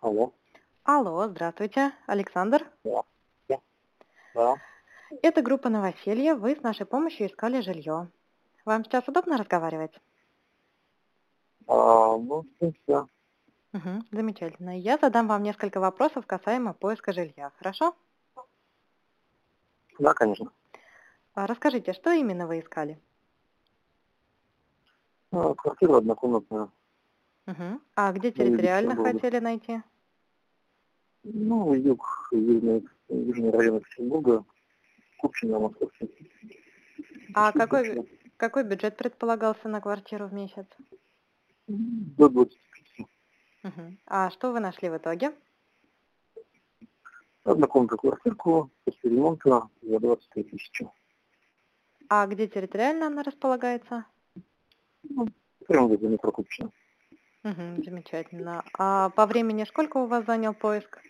Алло. Алло, здравствуйте, Александр. Да. Это группа «Новоселье». Вы с нашей помощью искали жилье. Вам сейчас удобно разговаривать? А, ну, в принципе, Мгм, замечательно. Я задам вам несколько вопросов касаемо поиска жилья, хорошо? да, конечно. А Расскажите, что именно вы искали? А, квартира однокомнатная. Мгм. А где Ну, территориально Екатеринбург. хотели найти? Ну, юг, южный, южный район Екатеринбурга. Купчино, Московский. А какой, какой бюджет предполагался на квартиру в месяц? До 20. Мгм. А что вы нашли в итоге? Однокомнатную квартирку после ремонта за 23 тысячи. А где территориально она располагается? Прямо возле метро Купчино. Мгм, замечательно. А по времени сколько у вас занял поиск?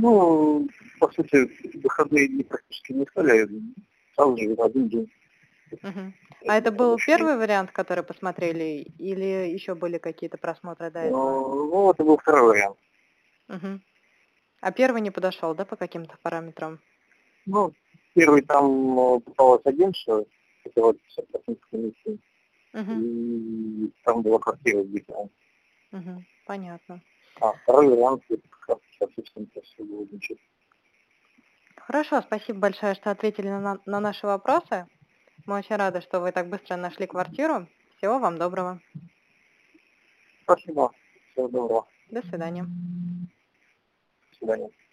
Ну, по сути, выходные дни практически не искали. Сразу же в один день. Мгм. А это был первый вариант, который посмотрели, или еще были какие-то просмотры до этого? Ну, ну, это был второй вариант. Мгм. А первый не подошел, да, по каким-то параметрам? Ну, первый там э, пыталась агентство, это вот комиссии, Мгм, и там была квартира где-то. мгм, Понятно. А второй вариант, это как раз сейчас, собственно, это все было значит. Хорошо, спасибо большое, что ответили на, на- на наши вопросы. Мы очень рады, что вы так быстро нашли квартиру. Всего вам доброго. Спасибо, всего доброго, До свидания. до свидания.